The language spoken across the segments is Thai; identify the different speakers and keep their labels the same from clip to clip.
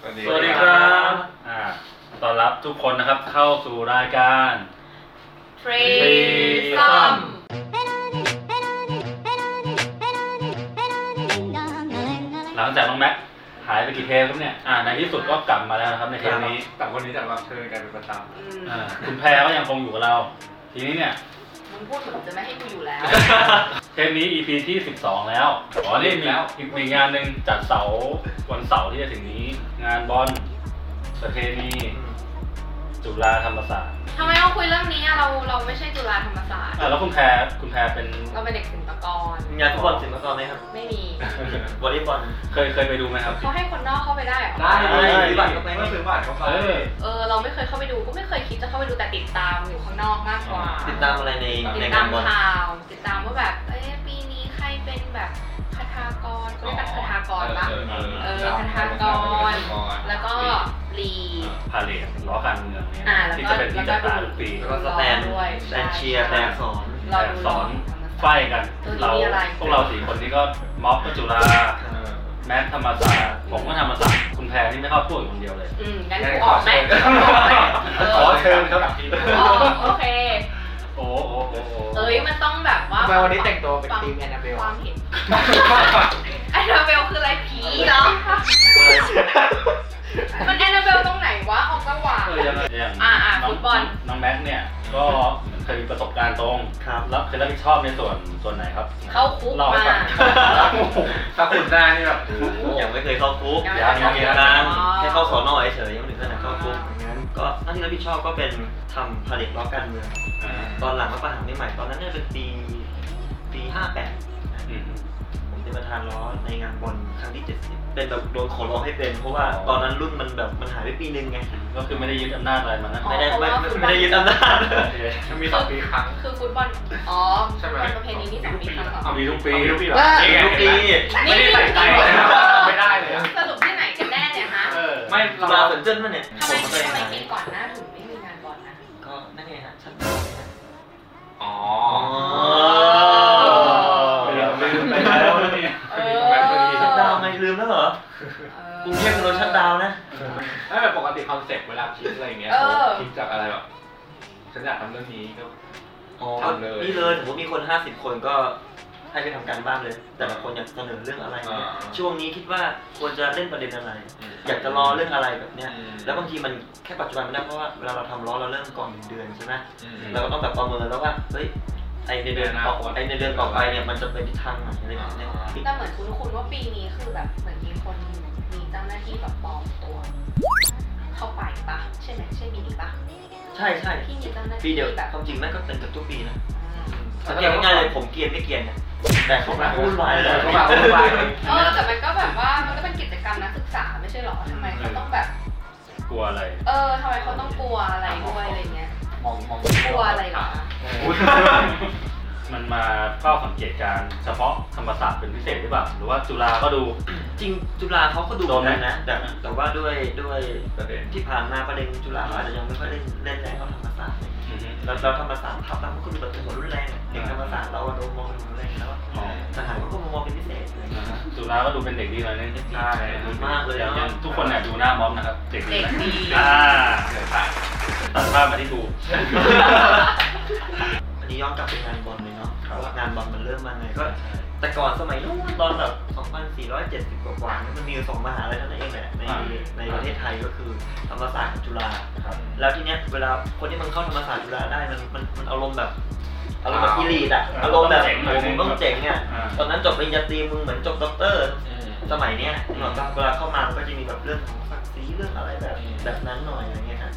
Speaker 1: สวัสดีครับ
Speaker 2: อ่าต้อนรับทุกคนนะครับเข้าสู่รายการ
Speaker 3: ฟรี
Speaker 2: ซ่อม หลังจากน้องแม็กหายไปกี่เทปครับเนี่ยอ่าในที่สุดก็กลับมาแล้วนะครับในเทปนี้
Speaker 1: ต่างคนนี้ต่างรับเชิญกันเป็นประจำ
Speaker 2: อ่าคุณแพรก็ยังคงอยู่กับเรา ทีนี้เนี่ย
Speaker 3: มึงพูดเหมือนจะไม่ให้กูอยู่แล้ว
Speaker 2: เทปนี้ EP ที่ 12 แล้วอ๋อนี่มีอีกมีงานหนึ่งจัดเสาร์วันเสาร์ที่จะถึงนี้ งานบอลประเพณีจุฬาธรรมศาสตร์
Speaker 3: ทำไมเราคุยเรื่องนี้อะเราเราไม่ใช่จุฬาธรรมศาสตร์
Speaker 2: อ่าแล้วคุณแพรคุณแพรเป็น
Speaker 3: เราเป็นเด็กศิลปากร
Speaker 4: งานฟุตบอลถึงมาก่อนไหมครับ
Speaker 3: ไม่มี
Speaker 4: วอลเลย์บอล
Speaker 2: เคยเคยไปดูไหมครับ
Speaker 3: เขาให้คนนอกเข้าไปได้เหรอ
Speaker 4: ได้
Speaker 1: ซื้อบัตรก็ไปก็ซื้อบัตรก็ไป
Speaker 2: เออ
Speaker 3: เออ เราไม่เคยเข้าไปดู ก็ไม่เคยคิดจะเข้าไปดูแต่ติดตามอยู่ข้างนอกมากกว่า
Speaker 4: ติดตามอะไรในใน
Speaker 3: ติด
Speaker 4: งา
Speaker 3: ตาน ม
Speaker 4: บอล
Speaker 3: ข่าว ติดตามว่าแบบ เอ้ยปีนี้ใครเป็นแบบคาถากรเขาเรียกกันคาถากรปะ เออคาถากร แล้วก็ลี
Speaker 2: พาเลทล้อการเมืองเนี่ย
Speaker 3: อ่าแล้ว
Speaker 2: ที่
Speaker 3: ก็
Speaker 2: จะเป็นที่จับตาทุกปี
Speaker 4: แล้วก็สแตน
Speaker 3: ด้วย
Speaker 4: แตนเชียร์แตนสอน
Speaker 3: เราดู
Speaker 2: สอน
Speaker 3: ธรรมศาสตร์
Speaker 2: ไฟกัน
Speaker 3: เออ
Speaker 2: เรา
Speaker 3: มีอะไร
Speaker 2: พวกเราสี่คนนี้ก็ม็อบก็จุฬาแมทธรรมศาสตร์ผมก็ธรรมศาสตร์คุณแพรนี่ไม่เข้าพวกอยู่คนเดียวเลย
Speaker 3: อืมงั้นกูออกไหมกูออกไหมเอ
Speaker 1: ขอ
Speaker 3: อ
Speaker 1: เชิญครับทีม
Speaker 3: อ๋อโอเค
Speaker 2: โอ้โหโอ้โห
Speaker 3: เอ้ยมันต้องแบบว่า
Speaker 5: ทำไมวันนี้แต่งตัวเป็นทีมแอนนาเบล
Speaker 3: ความเห็นแอนนาเบลคืออะไรผีเหรอมันแอนนาเบลตรงไหนวะออกจังหวะ
Speaker 2: เออยังไงยัง
Speaker 3: อ่าอ่า
Speaker 2: น้ง
Speaker 3: ฟุตบอล
Speaker 2: น้องแม็กซ์เนี่ยก็เคยมีประสบการณ์ตรง
Speaker 4: ครับ
Speaker 2: แล้วเคยรับผิดชอบในส่วนส่วนไหนครับ
Speaker 3: เข้าคุก
Speaker 2: ล่
Speaker 3: มา
Speaker 2: ให้ฟัง
Speaker 1: ถ้าคุณได้นี่แบบ
Speaker 4: ยังไม่เคยเข้าคุก
Speaker 3: ยัง
Speaker 2: ยังยัง
Speaker 4: ยัง
Speaker 3: อ๋
Speaker 4: นะ
Speaker 3: อ
Speaker 4: แค่เข้าสอนอเฉยๆยังไม่ถึงขนาดเข้าคุกก็หน้าที่รับผิดชอบก็เป็นทำผลิตล้อการเมือง
Speaker 2: อ่า
Speaker 4: ตอนหลังรัฐประหารใหม่ๆตอนนั้นเนี่ยเป็นปีปีห้าแปด
Speaker 2: อืม
Speaker 4: ผมเป็นประธานล้อในงานบอลครั้งที่ 70 เป็นแบบโดนขอร้องให้เป็น เพราะว่าตอนนั้นรุ่นมันแบบมันหายไปปีนึงไง
Speaker 2: ก็คือไม่ได้ยึดอำนาจอะไรมานะ
Speaker 4: ไม่ได้ไม่ไม่ไม่ได้ยึดอำนาจ
Speaker 2: โอเค
Speaker 1: มันมีสองปีครั้ง
Speaker 3: คือฟุตบอล อ๋อ
Speaker 1: ใช่ไหม
Speaker 3: มันประเพณีนี่สองปีครั้งเหรอ
Speaker 2: มีทุกปี
Speaker 1: มีทุกปีเหรอ
Speaker 4: ปีทุกปี
Speaker 1: ไม่ได้ใส่ใจเลยนะไม่ได้เลย
Speaker 3: สรุปที่ไหนกันแน่เนี่ยฮะ
Speaker 2: เออ
Speaker 1: ไม่เรา
Speaker 4: มาสนเจิ้นมาเนี่ย
Speaker 3: ทำไม
Speaker 4: ผเคย
Speaker 3: ทำไม
Speaker 4: หาย
Speaker 3: ปีก่อนหน้าถึงไม่มีงานบอลนะ
Speaker 4: ก็นั่นไงฮะชั้น
Speaker 1: อ๋อ
Speaker 4: อ๋อ
Speaker 2: เดี๋ยวลืมไปแล้วเนี่ย
Speaker 1: คือมีตรงนั้นพอดี
Speaker 4: ชัดดาวน์ไงลืมแล้วเหรอ
Speaker 3: เออ
Speaker 4: กรุงเทพโดนชัดดาวน์นะ
Speaker 1: ไม่แบบปกติคอนเซ็ปต์เวลาคิดอะไรอย่างเงี้ย
Speaker 3: เออ
Speaker 1: คิดจากอะไรแบบฉันอยากทำเรื่องนี้ก็
Speaker 4: อ๋อ
Speaker 1: ทำเลย
Speaker 4: นี่เลยสมมติมีคน 50 คนก็ให้ไปทำการบ้านเลย แต่ละคนอยากเสนอเรื่องอะไรเนี่ยช่วงนี้คิดว่าควรจะเล่นประเด็นอะไร อยากจะรอเรื่องอะไรแบบเนี้ย แล้วบางทีมันแค่ปัจจุบันไม่ได้เพราะว่าเวลาเราทำล้อเราเริ่มก่อนหนึ่งเดือนใช่ไหม
Speaker 1: อืม
Speaker 4: เราก็ต้องแบบประเมินแล้วว่าเฮ้ยไอในเดือน
Speaker 1: อนา
Speaker 4: ต่อ
Speaker 1: คต
Speaker 4: ไอในเดือนต่อไปเนี่ยมันจะเป็นทิศทางไหนอะไรแบบเนี้ย
Speaker 3: แต่เหมือนคุ้นคุณว่าปีนี้คือแบบเหมือนมีคนมีเจ้าหน้าที่แบบปลอมตัว เข้าไปปะใช่ไหมใช่ปีนี้ปะ
Speaker 4: ใช่ใช่
Speaker 3: ที่มีเจ้าหน้า
Speaker 4: ปี
Speaker 3: ที่
Speaker 4: เดียว
Speaker 3: แบบ
Speaker 4: ความจริงแม่งก็เป็นเกับทุกปีนะสั
Speaker 1: สั
Speaker 4: ง
Speaker 1: ง
Speaker 4: เก
Speaker 1: เก
Speaker 4: ต
Speaker 1: ต
Speaker 4: ง่า
Speaker 1: ง่าย ย
Speaker 4: ๆเล
Speaker 1: เลย ย
Speaker 4: ผมเกลียดไม่เกลียดเนี่ยแต่เขาแบบวุ่นวายเลย
Speaker 1: เขาแบบวุ่นวายเลย
Speaker 3: เออแต่มันก็แบบว่ามันก็เป็นกิจกรรมนักศึกษาไม่ใช่หรอทำไมเขาต้องแบบ
Speaker 2: กลัวอะไร
Speaker 3: เออทำไมเขาต้องกลัวอะไรด้วยอะไรเงี้ย
Speaker 1: มองมอง
Speaker 3: กลัวอะไรเหรอ
Speaker 2: มันมาเฝ้าสังเกตการณ์เฉพาะธรรมศาสตร์เป็นพิเศษหรือเปล่า หรือว่าจุฬาก็ดู
Speaker 4: จริงจุฬาเขาก็ดู
Speaker 2: โดนไหม
Speaker 4: นะนะแต่แต่ว่าด้วยด้วย
Speaker 1: ประเด็น
Speaker 4: ที่ผ่านมาประเด็นจุฬาเราอาจจะยังไม่ค่อยเล่นเล่นแรงเท่าธรรมศาสตร์เลย
Speaker 2: อือฮึ
Speaker 4: เราเราธรรมศาสตร์ทับเราก็คือแบบเป็นหัวรุนแรงอะเด็กธรรมศาสตร์เราอะโดนมองเป็นหัวรุนแรงแล้วอะ
Speaker 2: อ๋อ
Speaker 4: ทหารเขาก็มามองเป็นพิเศษเลย
Speaker 2: นะฮะจุฬาก็ดูเป็นเด็กดีหน่อยนึง
Speaker 1: ใช่
Speaker 4: ดีมากเลย
Speaker 2: อย่าง
Speaker 4: เนาะ
Speaker 2: อย่างทุกคนเนี่ยดูหน้าม็อบนะครับ เด็กดี
Speaker 3: เด็ก
Speaker 2: นะ
Speaker 3: ดี
Speaker 2: อ่าตัดภาพมาที่ดู
Speaker 4: อันนี้ย้อนกลับไปงานบอลเลยเนาะ
Speaker 2: ครับ
Speaker 4: ว่างานบอลมันเริ่มมาไงก็ แต่ก่อนสมัยนู้นตอนแบบ2470 กว่าๆเนี่ยมันมีอยู่สองมหาลัยเท่านั้นเองแหละใน
Speaker 2: อ่า
Speaker 4: ในประเทศไทยก็คือธรรมศาสตร์กับจุฬา แล้วทีเนี้ยเวลาคนที่มันเข้าธรรมศาสตร์จุฬาได้มันมันมันอารมณ์แบบอารมณ์แบบ
Speaker 1: อ่า
Speaker 4: อีลีดอะอารมณ์แบบ
Speaker 2: เจ๋งหน่อย
Speaker 4: โอ้
Speaker 2: นึ
Speaker 4: มึ
Speaker 2: ง
Speaker 4: งต้องเจ๋งอะ
Speaker 2: อ่า
Speaker 4: ตอนนั้นจบปริญญาตรีมึงเหมือนจบด็อกเตอร์ สมัยเนี้ยเหมือนกับเวลาเข้ามามันก็จะมีแบบเรื่องของศักดิ์ศรีเรื่องอะไรแบบแบบนั้นหน่อยอะไรเงี้ยฮะ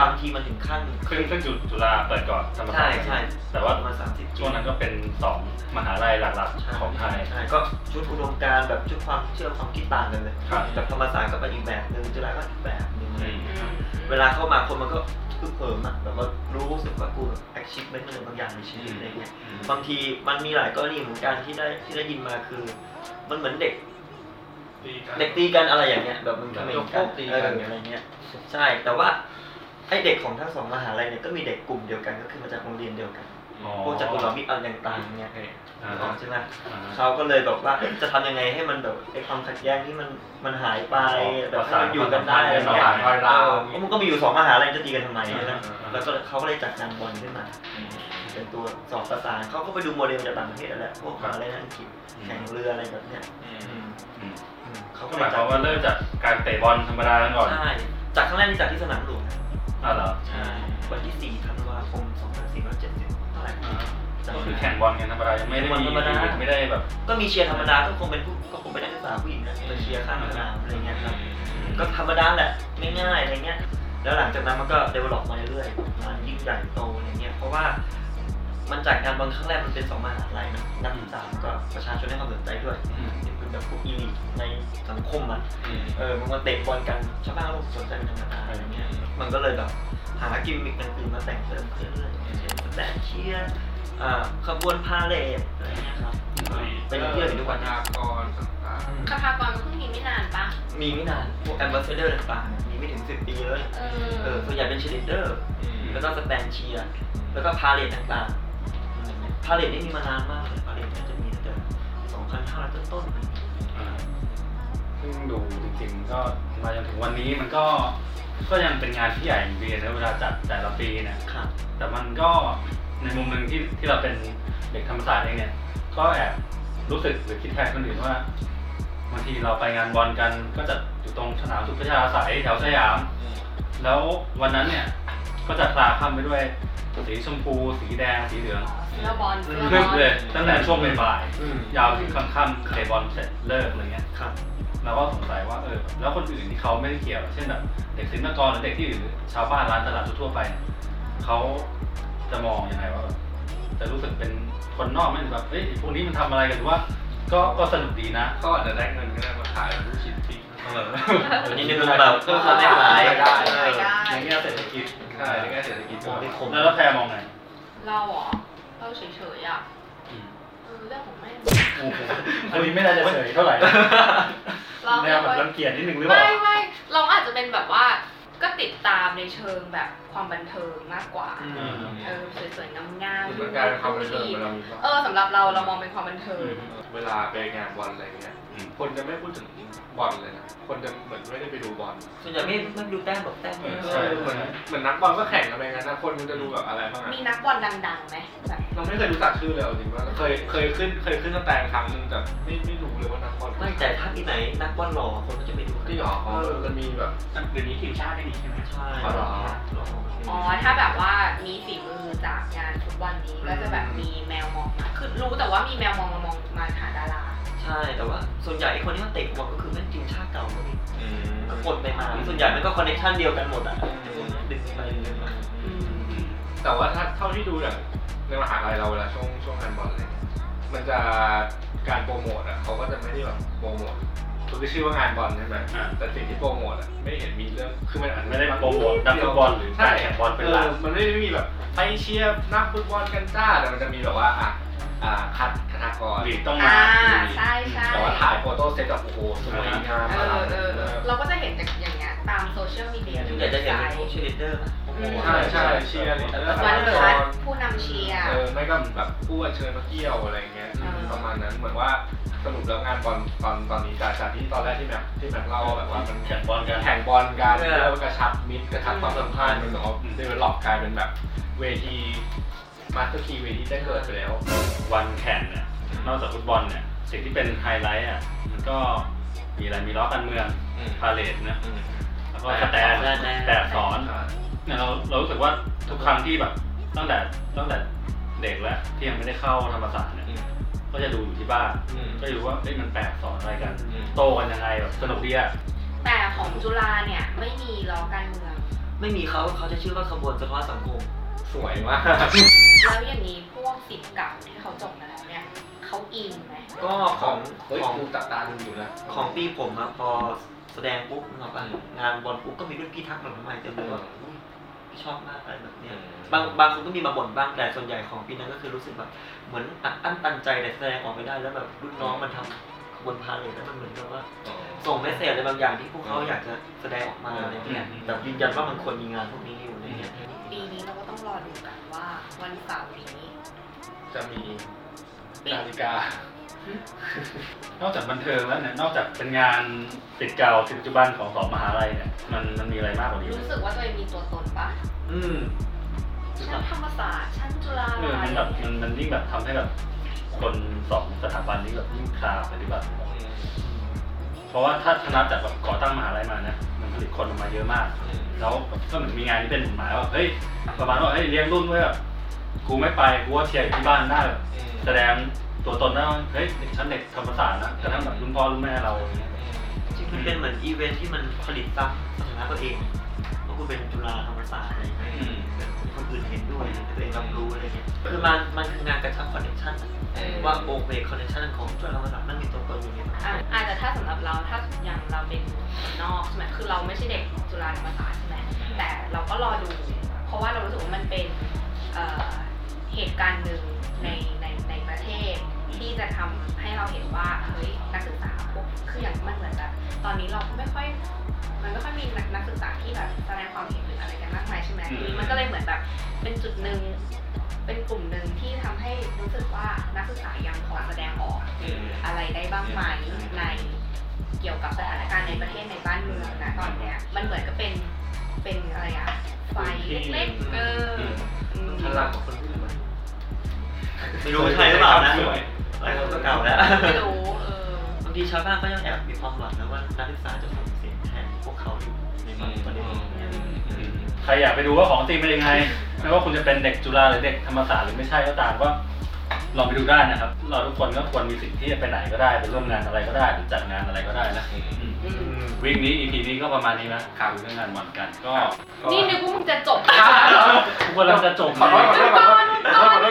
Speaker 4: บางทีมันถึงขั้น
Speaker 2: ซึ่งซึ่งจุจุฬาเปิดก่อนธรรมศา
Speaker 4: ใช่
Speaker 2: สตร์
Speaker 4: ใช่
Speaker 2: แต่ว่า
Speaker 4: มาสามสิบ
Speaker 2: ช่วงนั้นก็เป็นสองมหาลัยหลักๆ ของไทย
Speaker 4: ใช่ก็ชุดอุดมการณ์แบบชุดความเชื่อความคิดต่างกันเลย
Speaker 2: ครับ
Speaker 4: แบบธรรมศาสตร์ก็เป็นอีกแบบหนึ่งจุฬาก็อีกแบบหนึ่งอะไร
Speaker 2: อืม
Speaker 4: เงี้ยครับ เวลาเข้ามาคนมันก็คือเพิ่มอะแบบว่ารู้สึกว่ากู achievement อะไรบางอย่างในชีวิตอะไรเงี้ยบางทีมันมีหลายกรณีเหมือนกันที่ได้ที่ได้ยินมาคือ มันเหมือนเด็กเด็กตีกันอะไรอย่างเงี้ยแบบมันก็ไม่
Speaker 1: ยกพวกตีกัน
Speaker 4: เอออะไรเงี้ยใช่แต่ว่าไอเด็กของทั้งสองมหาลัยเนี่ยก็มีเด็กกลุ่มเดียวกันก็คือมาจากโรงเรียนเดียวกัน
Speaker 2: อื อ๋อ
Speaker 4: พวกจัตุรมิตรอะไรต่างๆเนี่ย
Speaker 2: อ่า
Speaker 4: ใช่ไหมเขาก็เลยแบบว่าจะทำยังไงให้มันแบบไอ้ความขัดแย้งที่มันมันหายไปแบบให้มันอยู่กันได้อะไร
Speaker 1: ประ
Speaker 4: เงี้
Speaker 1: สาย นรอยร้าว
Speaker 4: เพราะมันก็มีอยู่สองมหาลัยจะตีกันทำไมใช่ไห
Speaker 1: อ
Speaker 4: ม
Speaker 1: ่า
Speaker 4: แล้วก็เขาก็เลยจัดงานบอลขึ้นมา เป็นตัวสอบประสานเขาก็ไปดูโมเดลจากต่างประเทศนั่นแหละพวกมหาลัยในอังกฤษแข่งเรืออะไรแบบเนี้ย
Speaker 2: อืม
Speaker 4: อืมเขา
Speaker 2: ก็หมายความ
Speaker 4: ก็เลยจัด
Speaker 2: ว่าเริ่มจากการเตะบอลธรรมดากันก่อน
Speaker 4: ใช่จากครั้งแรกนี่จัดที่สนามหลวงนะ
Speaker 2: อ่าเหรอ
Speaker 4: วันที่ 4 ธันวาคม 2470เท่าไหร่
Speaker 2: อ่า
Speaker 4: จำ
Speaker 2: ก็
Speaker 4: ไม่
Speaker 2: คือ
Speaker 4: ได้
Speaker 2: แข่งบอลกันธรรมดายังไม่ได้มี
Speaker 4: ธรรมดา
Speaker 2: ไม่ได้แบบ
Speaker 4: ก็มีเชียร์ธรรมดา ก็คงเป็นผู้ก็คงเป็นนักศึกษาผู้หญิงนะไปเชียร์ข้างสนามอะไรเงี้ยครับ ก็ธรรมดาแหละไม่ง่ายอะไรเงี้ย แล้วหลังจากนั้นมันก็เดเวลลอปมาเรื่อยๆมันยิ่งใหญ่โตอะไรเงี้ย เพราะว่ามันจากการบอลครั้งแรกมันเป็นสองมหาลัยนะนักศึกษาก็ประชาชนให้ความสนใจด้วย
Speaker 2: อืม
Speaker 4: เห็นเป็นแบบพวกอีลิทในสังคมอ่ะ เออมันมาเตะบอลกันชาวบ้านก็สนใจเป็นธรรมดาอะไรเงี้ย มันก็เลยแบบหากิมมิคต่างๆมาแต่งเติมขึ้นเรื่อยๆเช่นแต่เชียร์อ่าขบวนพาเหรดอะไรเงี้ยครับเป็นเพื่อนอยู่ทุกวันนี้
Speaker 1: กรต่าง
Speaker 3: คาทากรก็เพิ่งมีไม่นานปะ
Speaker 4: มีไม่นานพวกแอมบาสเดอร์ต่างๆเนี่ยมีไม่ถึงสิบปีเลย
Speaker 3: เอ
Speaker 4: เออ
Speaker 3: อ
Speaker 4: ส่วนใหญ่เป็นเชลิเดอร์
Speaker 1: ๆ
Speaker 4: แล้วก็สแตนเชียร์แล้วก็พาเหรดต่างๆอะไรเงี้ยพาเหรดนี่มีมานานมากเลยพาเหรดน่าจะมีตั้งแต่สองพันห้าร้อยต้นๆอะไรเงี้ย
Speaker 2: อ่าซึ่งดูจริงๆก็มาจนถึงวันนี้มันก็ก็ยังเป็นงานที่ใหญ่อยู่ดีนะเวลาจัดแต่ละปีเนะ
Speaker 4: ครับ
Speaker 2: แต่มันก็ในมุมหนึ่งที่ที่เราเป็นเด็กธรรมศาสตร์เองเนี่ย ก็แอบรู้สึกหรือคิดแทนคนอื่นว่าบางทีเราไปงานบอลกันก็จะอยู่ตรงสนามสุพชาสายแถวสยาม แล้ววันนั้นเนี่ยก็จะคลาคล่ำไปด้วยสีชมพู สีแดง สีเหลือง
Speaker 3: เสื้อบอลเสื้อบ
Speaker 2: คึก
Speaker 3: อล
Speaker 2: เลย ตั้งแต่ช่วงบ่าย
Speaker 4: อืม
Speaker 2: ๆยาวถึงค่ำๆเตะบอลเสร็จเลิกอะไรเงี้ย
Speaker 4: ครับ
Speaker 2: เราก็สงสัยว่าเออแล้วคนอื่นที่เขาไม่ได้เกี่ยวเช่นแบบเด็กศิลปากรหรือเด็กที่อื่นชาวบ้านร้านตลาดทั่วๆไปเนี่ยเขาจะมองยังไงว่าแบบจะรู้สึกเป็นคนนอกไหมหรือแบบเอ้ยพวกนี้มันทำอะไรกันหรือว่า ก็ก็สนุกดีนะ
Speaker 1: เขาอาจจะได้เงินก็ได้มาขายลูกชิ้นปิ้งเอ อ
Speaker 4: อันนี้ในมุมเราก็ทำได้หลาย
Speaker 1: ได้
Speaker 4: เออ
Speaker 2: ในแง่เศรษฐกิจ
Speaker 1: ใช่ในแง่เศรษฐกิจก็
Speaker 4: คม
Speaker 2: แล้วแล้วแพรมองไง
Speaker 3: เราเหรอเราเฉยๆอ่ะ
Speaker 2: อืม
Speaker 3: เออเรื่องของแม่ง
Speaker 2: โอ้โหอันนี้ไม่น่าจะเฉยเท่าไหร่นะ
Speaker 3: เรา
Speaker 2: แน
Speaker 3: ไม่
Speaker 2: วแบบ
Speaker 3: ค่อย
Speaker 2: รังเกียจนิดนึงหรือเปล่า
Speaker 3: ไม่ไม่เราอาจจะเป็นแบบว่าก็ติดตามในเชิงแบบความบันเทิงมากกว่า
Speaker 2: อืม
Speaker 3: เออสวยๆงามๆ
Speaker 1: เหมือนการเป็นความบันเทิงเวลามี
Speaker 3: เออสำหรับเราเรามองเป็นความบันเทิง
Speaker 1: เวลาไปงานบอลอะไรเงี้ย
Speaker 2: อืม
Speaker 1: คนจะไม่พูดถึงบอลเลยนะ คนจะเหมือนไม่ได้ไปดูบอล
Speaker 4: ส่วนใหญ่ไม่ไม่ดูแต้มหรอกแต้ม
Speaker 1: เอ
Speaker 4: เย
Speaker 1: อ
Speaker 4: อะ
Speaker 1: ใช่เหมือนเหมือนนักบอลก็แข่งกันไปงั้นนะ คนมันจะดูแบบอะไรบ้างอะ
Speaker 3: มีนักบอลดังๆไหมแบบ
Speaker 1: เราไม่เคยรู้จักชื่อเลยเอาจริงว่าเคยเคยขึ้นเคยขึ้นสแตนครั้งหนึงแต่ไม่ไม่รู้เลยว่านักบอล
Speaker 4: ไม่แต่ถ้าที่ไหนนักบอลหล่อคนก็จะไปดูกัน
Speaker 1: ที่หรอเขามันมีแบบ
Speaker 6: เดี๋ยวนี้ทีมชาติไม่มีใช่ไหม
Speaker 4: ใช่
Speaker 1: อ๋อเหรอ
Speaker 4: หล่อ
Speaker 3: อ๋อถ้าแบบว่ามีฝีมือจากงานฟุตบอลนี้ก็จะแบบมีแมวมองมาคือรู้แต่ว่ามีแมวมองมามองมาหาดารา
Speaker 4: ใช่แต่ว่า ส่วนใหญ่ไอ้คนที่เขาเตะบอลก็คือแม่งทีมชาติเก่าหมดเลย
Speaker 1: อืม
Speaker 4: ก็กดไปมา ส่วนใหญ่มันก็คอนเนคชั่นเดียวกันหมดอ่ะดึงไปดึงมา
Speaker 3: อืม
Speaker 1: แต่ว่าถ้าเท่าที่ดูอย่างในมหาลัยเราเวลาช่วงช่วงงานบอลอะไรเงี้ยมันจะการโปรโมทอ่ะเขาก็จะไม่ได้แบบโปรโมทคือชื่อว่างานบอลใช่ไหม
Speaker 2: อ่า
Speaker 1: แต่สิ่งที่โปรโมทอ่ะไม่เห็นมีเรื่องคือมันอาจจะ
Speaker 2: ไม่ได้โปรโมทนักฟุตบอลหรือการแข่งบอลเป็นหลัก
Speaker 1: ออมันไม่ได้มีแบบไปเชียร์นักฟุตบอลกันจ้าแต่มันจะมีแบบว่าอ่ะอ่าคัดคณากร
Speaker 2: บีต้องมา
Speaker 3: อ่าใช่ใช่
Speaker 1: แต่ว่าถ่ายโฟโต้เซตแบบโอ้โหสวยงาม
Speaker 3: เอ
Speaker 1: อลั
Speaker 3: อง เออเอ
Speaker 1: เอ
Speaker 3: อ
Speaker 1: อ
Speaker 3: เราก็จะเห็นจากอย่างเงี้ยตามโซเชียลมีเดียห
Speaker 4: ส่
Speaker 3: รื
Speaker 4: ว
Speaker 3: อน
Speaker 4: ให
Speaker 3: เว็
Speaker 4: ญ่
Speaker 3: บ
Speaker 4: จะ
Speaker 3: ไซ
Speaker 4: เห็นเป็นพวก
Speaker 3: ต์
Speaker 4: เชียร์ลีดเดอร์ป่ะโอ้โห
Speaker 1: ใช่ใช่เชียร์ลีดเดอร์
Speaker 3: วันพัดผู้นำเชียร์
Speaker 1: เออไม่ก็แบบผู้อัญเชิญมาเที่ยวอะไรเงี้ย
Speaker 3: อ่า
Speaker 1: ประมาณนั้นเหมือนว่าสรุปแล้วงานบอลตอนตอนนี้จากจากที่ตอนแรกที่แม็กที่แม็กเล่าแบบว่ามัน
Speaker 2: แข่งบอลกัน
Speaker 1: แข่งบอลกันเพื่อกระชับมิตรกระชับความสัมพันธ์มันแบบว่าเดเวลลอปกลายเป็นแบบเวทีมาสเตอร์คีเวทีได้เกิดไปแล้ว
Speaker 2: วันแข่งเนี่ยนอกจากฟุตบอลเนี่ยสิ่งที่เป็นไฮไลท์อ่ะมันก็มีอะไรมีล้อการเมือง
Speaker 1: อืม
Speaker 2: พาเลทนะ
Speaker 1: อืม
Speaker 2: แล้วก็สแตนแต่สอนเนี่ยเราเรารู้สึกว่าทุกครั้งที่แบบตั้งแต่ตั้งแต่เด็กแล้วที่ยังไม่ได้เข้าธรรมศาสตร์เนี่ย
Speaker 1: อืม
Speaker 2: ก็จะดูอยู่ที่บ้าน
Speaker 1: อืม
Speaker 2: ก็จะดูว่าเอ้ยมันแปลกสอนอะไรกัน
Speaker 1: อืม
Speaker 2: โตกันยังไงแบบสนุกดีอ่ะ
Speaker 3: แต่ของจุฬาเนี่ยไม่มีล้อการเมือง
Speaker 4: ไม่มีเขาเขาจะชื่อว่าขบวนสะท้อนสังคม
Speaker 1: สวยมาก
Speaker 3: แล้วอย่างนี้พวกสิทธิ์เก่าที่เขาจบมาแล้วเนี่ยเขาอินไหม
Speaker 4: ก็
Speaker 1: ข
Speaker 4: ข
Speaker 1: อ
Speaker 4: อง ง
Speaker 1: เฮ้ย
Speaker 4: ของ
Speaker 1: กูตัดตาดูอยู่นะ
Speaker 4: ของปีผมอะพอแสดงปุ๊บนึกออกป่ะงานบอลปุ๊บก็มีรุ่นพี่ทักหลังทำไมเต็มเลยว่าอุ๊ยพี่ชอบมากอะไรแบบเนี้ย บางบางคนก็มีมาบ่นบ้างแต่ส่วนใหญ่ของปีนั้นก็คือรู้สึกแบบเหมือนอัดอั้นตันใจแต่แสดงออกไม่ได้แล้วแบบรุ่นน้องมันทำขบวนพาเหรดแล้วมันเหมือนกับว่า ส่งเมสเซจอะไรบางอย่างที่พวกเขาอยากจะแสดงออกมาอะไรเงี้ยแต่ยืนยันว่ามันควรมีงานพวกนี้อยู่อะไรเงี้ย
Speaker 3: ปี ปีนี้เราก็ต้องรอดูกันว่าวันเสาร์นี้
Speaker 1: จะมีนาฬิกา
Speaker 2: นอกจากบันเทิงแล้วเนี่ยนอกจากเป็นงานติดเก่าติดปัจจุบันของสองมหาลัยเนี่ยมันมันมีอะไรมากกว่านี้ไหม
Speaker 3: รู้สึกว่าตัวเองมีตัวตนปะ
Speaker 1: อืม
Speaker 3: ฉันธรรมศาสตร์ฉันจุฬา
Speaker 2: เออมันแบบมันมันยิ่งแบบทำให้แบบคนสองสถาบันนี้แบบยิ่งคลาปฏิบัติเพราะว่าถ้าถ้านับจากแบบก่อตั้งมหาลัยมานะมันผลิตคนออกมาเยอะมาก แล้วก็เหมือนมีงานที่เป็นหมายว่าเฮ้ยประมาณว่าเฮ้ยเลี้ยงรุ่นไว้แบบกูไม่ไปกูว่าเชียร์อยู่ที่บ้านได้แบบแสดงตัวตนได้ว่าเฮ้ยฉันเด็กธรรมศาสตร์นะกระทั่งแบบรุ่นพ่อรุ่นแม่เราอย่างเงี้ย
Speaker 4: จริงๆมันเป็นเหมือนอีเวนท์ที่มันผลิตซับสถานะตัวเองว่าคุณเป็นจุฬาธรรมศาสตร์อะไรอย่างเงี้ย
Speaker 1: อืม
Speaker 4: คนอื่นเห็นด้วยแต่ตัวเองรับรู้อะไรเงี้ยคือมันมันคืองานกระชับคอนเนคชั่นอะ
Speaker 3: เออ
Speaker 4: ว่าโอเคคอนเนคชั่นของจุฬาธรรมศาสตร์มันมีตัวตนอยู่ในนั้น
Speaker 3: อ่ะอาจจะถ้าสำหรับเราถ้าอย่างเราเป็นคนนอกใช่ไหมคือเราไม่ใช่เด็กจุฬาธรรมศาสตร์ใช่ไหมแต่เราก็รอดู เพราะว่าเรารู้สึกว่ามันเป็นเอ่อเหตุการณ์หนึ่งในในในประเทศ ที่จะทำให้เราเห็นว่าเฮ้ยนักศึกษาพวกคืออย่างมันเหมือนแบบตอนนี้เราก็ไม่ค่อย มันไม่ค่อยมีนักนักศึกษาที่แบบแสดงความเห็นหรืออะไรกันมากมายใช่ไหม
Speaker 2: อืม
Speaker 3: มันก็เลยเหมือนแบบเป็นจุดหนึ่งเป็นกลุ่มหนึ่งที่ทำให้รู้สึกว่านักศึกษายังพอแสดงออก อะไรได้บ้างไหมในเกี่ยวกับสถานการณ์ในประเทศในบ้านเมืองนะตอนเนี้ยมันเหมือนกับเป็นเป็นอะไรอะไฟเล็กๆเอออืม
Speaker 1: พลังของคนที่มัน
Speaker 4: ไม่รู้ใช่หรือเปล่านะ
Speaker 1: สวย
Speaker 4: หลายคนก็เก่าแล้ว
Speaker 3: ไม่รู้เออบ
Speaker 4: างทีชาวบ้านก็ยังแอบมีความหวังนะว่านักศึกษาจะส่งเสียงแทนพวกเขาอยู่ในบางประเด็น
Speaker 2: ใครอยากไปดูว่าของจริงเป็นยังไงไม่ว่าคุณจะเป็นเด็กจุฬาหรือเด็กธรรมศาสตร์หรือไม่ใช่ก็ตามก็ลองไปดูได้นะครับ เราทุกคนก็ควรมีสิทธิ์ที่จะไปไหนก็ได้ไปร่วมงานอะไรก็ได้หรือจัดงานอะไรก็ได้นะอืม
Speaker 3: อืม
Speaker 2: วีคนี้ EP นี้ก็ประมาณนี้นะข่าวเรื่องงานบอลกันก็
Speaker 3: นี่นึกว่ามึงจะจบ
Speaker 2: ทุกคนเราจะจบ
Speaker 1: ขอโทษขอโทษขอโทษขอโทษขอโทษขอโ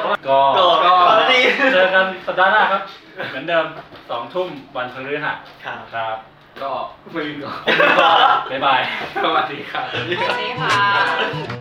Speaker 1: ทษ
Speaker 2: ก็
Speaker 4: ก่อนก่อนดี
Speaker 2: เจอกันสัปดาห์หน้าครับ เหมือนเดิมสองทุ่มวันพฤหัส
Speaker 4: ข่าว
Speaker 2: ครับ
Speaker 1: ก็ไม่มีก่อน
Speaker 4: ก่อน
Speaker 2: บ๊ายบาย
Speaker 1: สวัสดีครับ
Speaker 3: สวัสดีค่ะ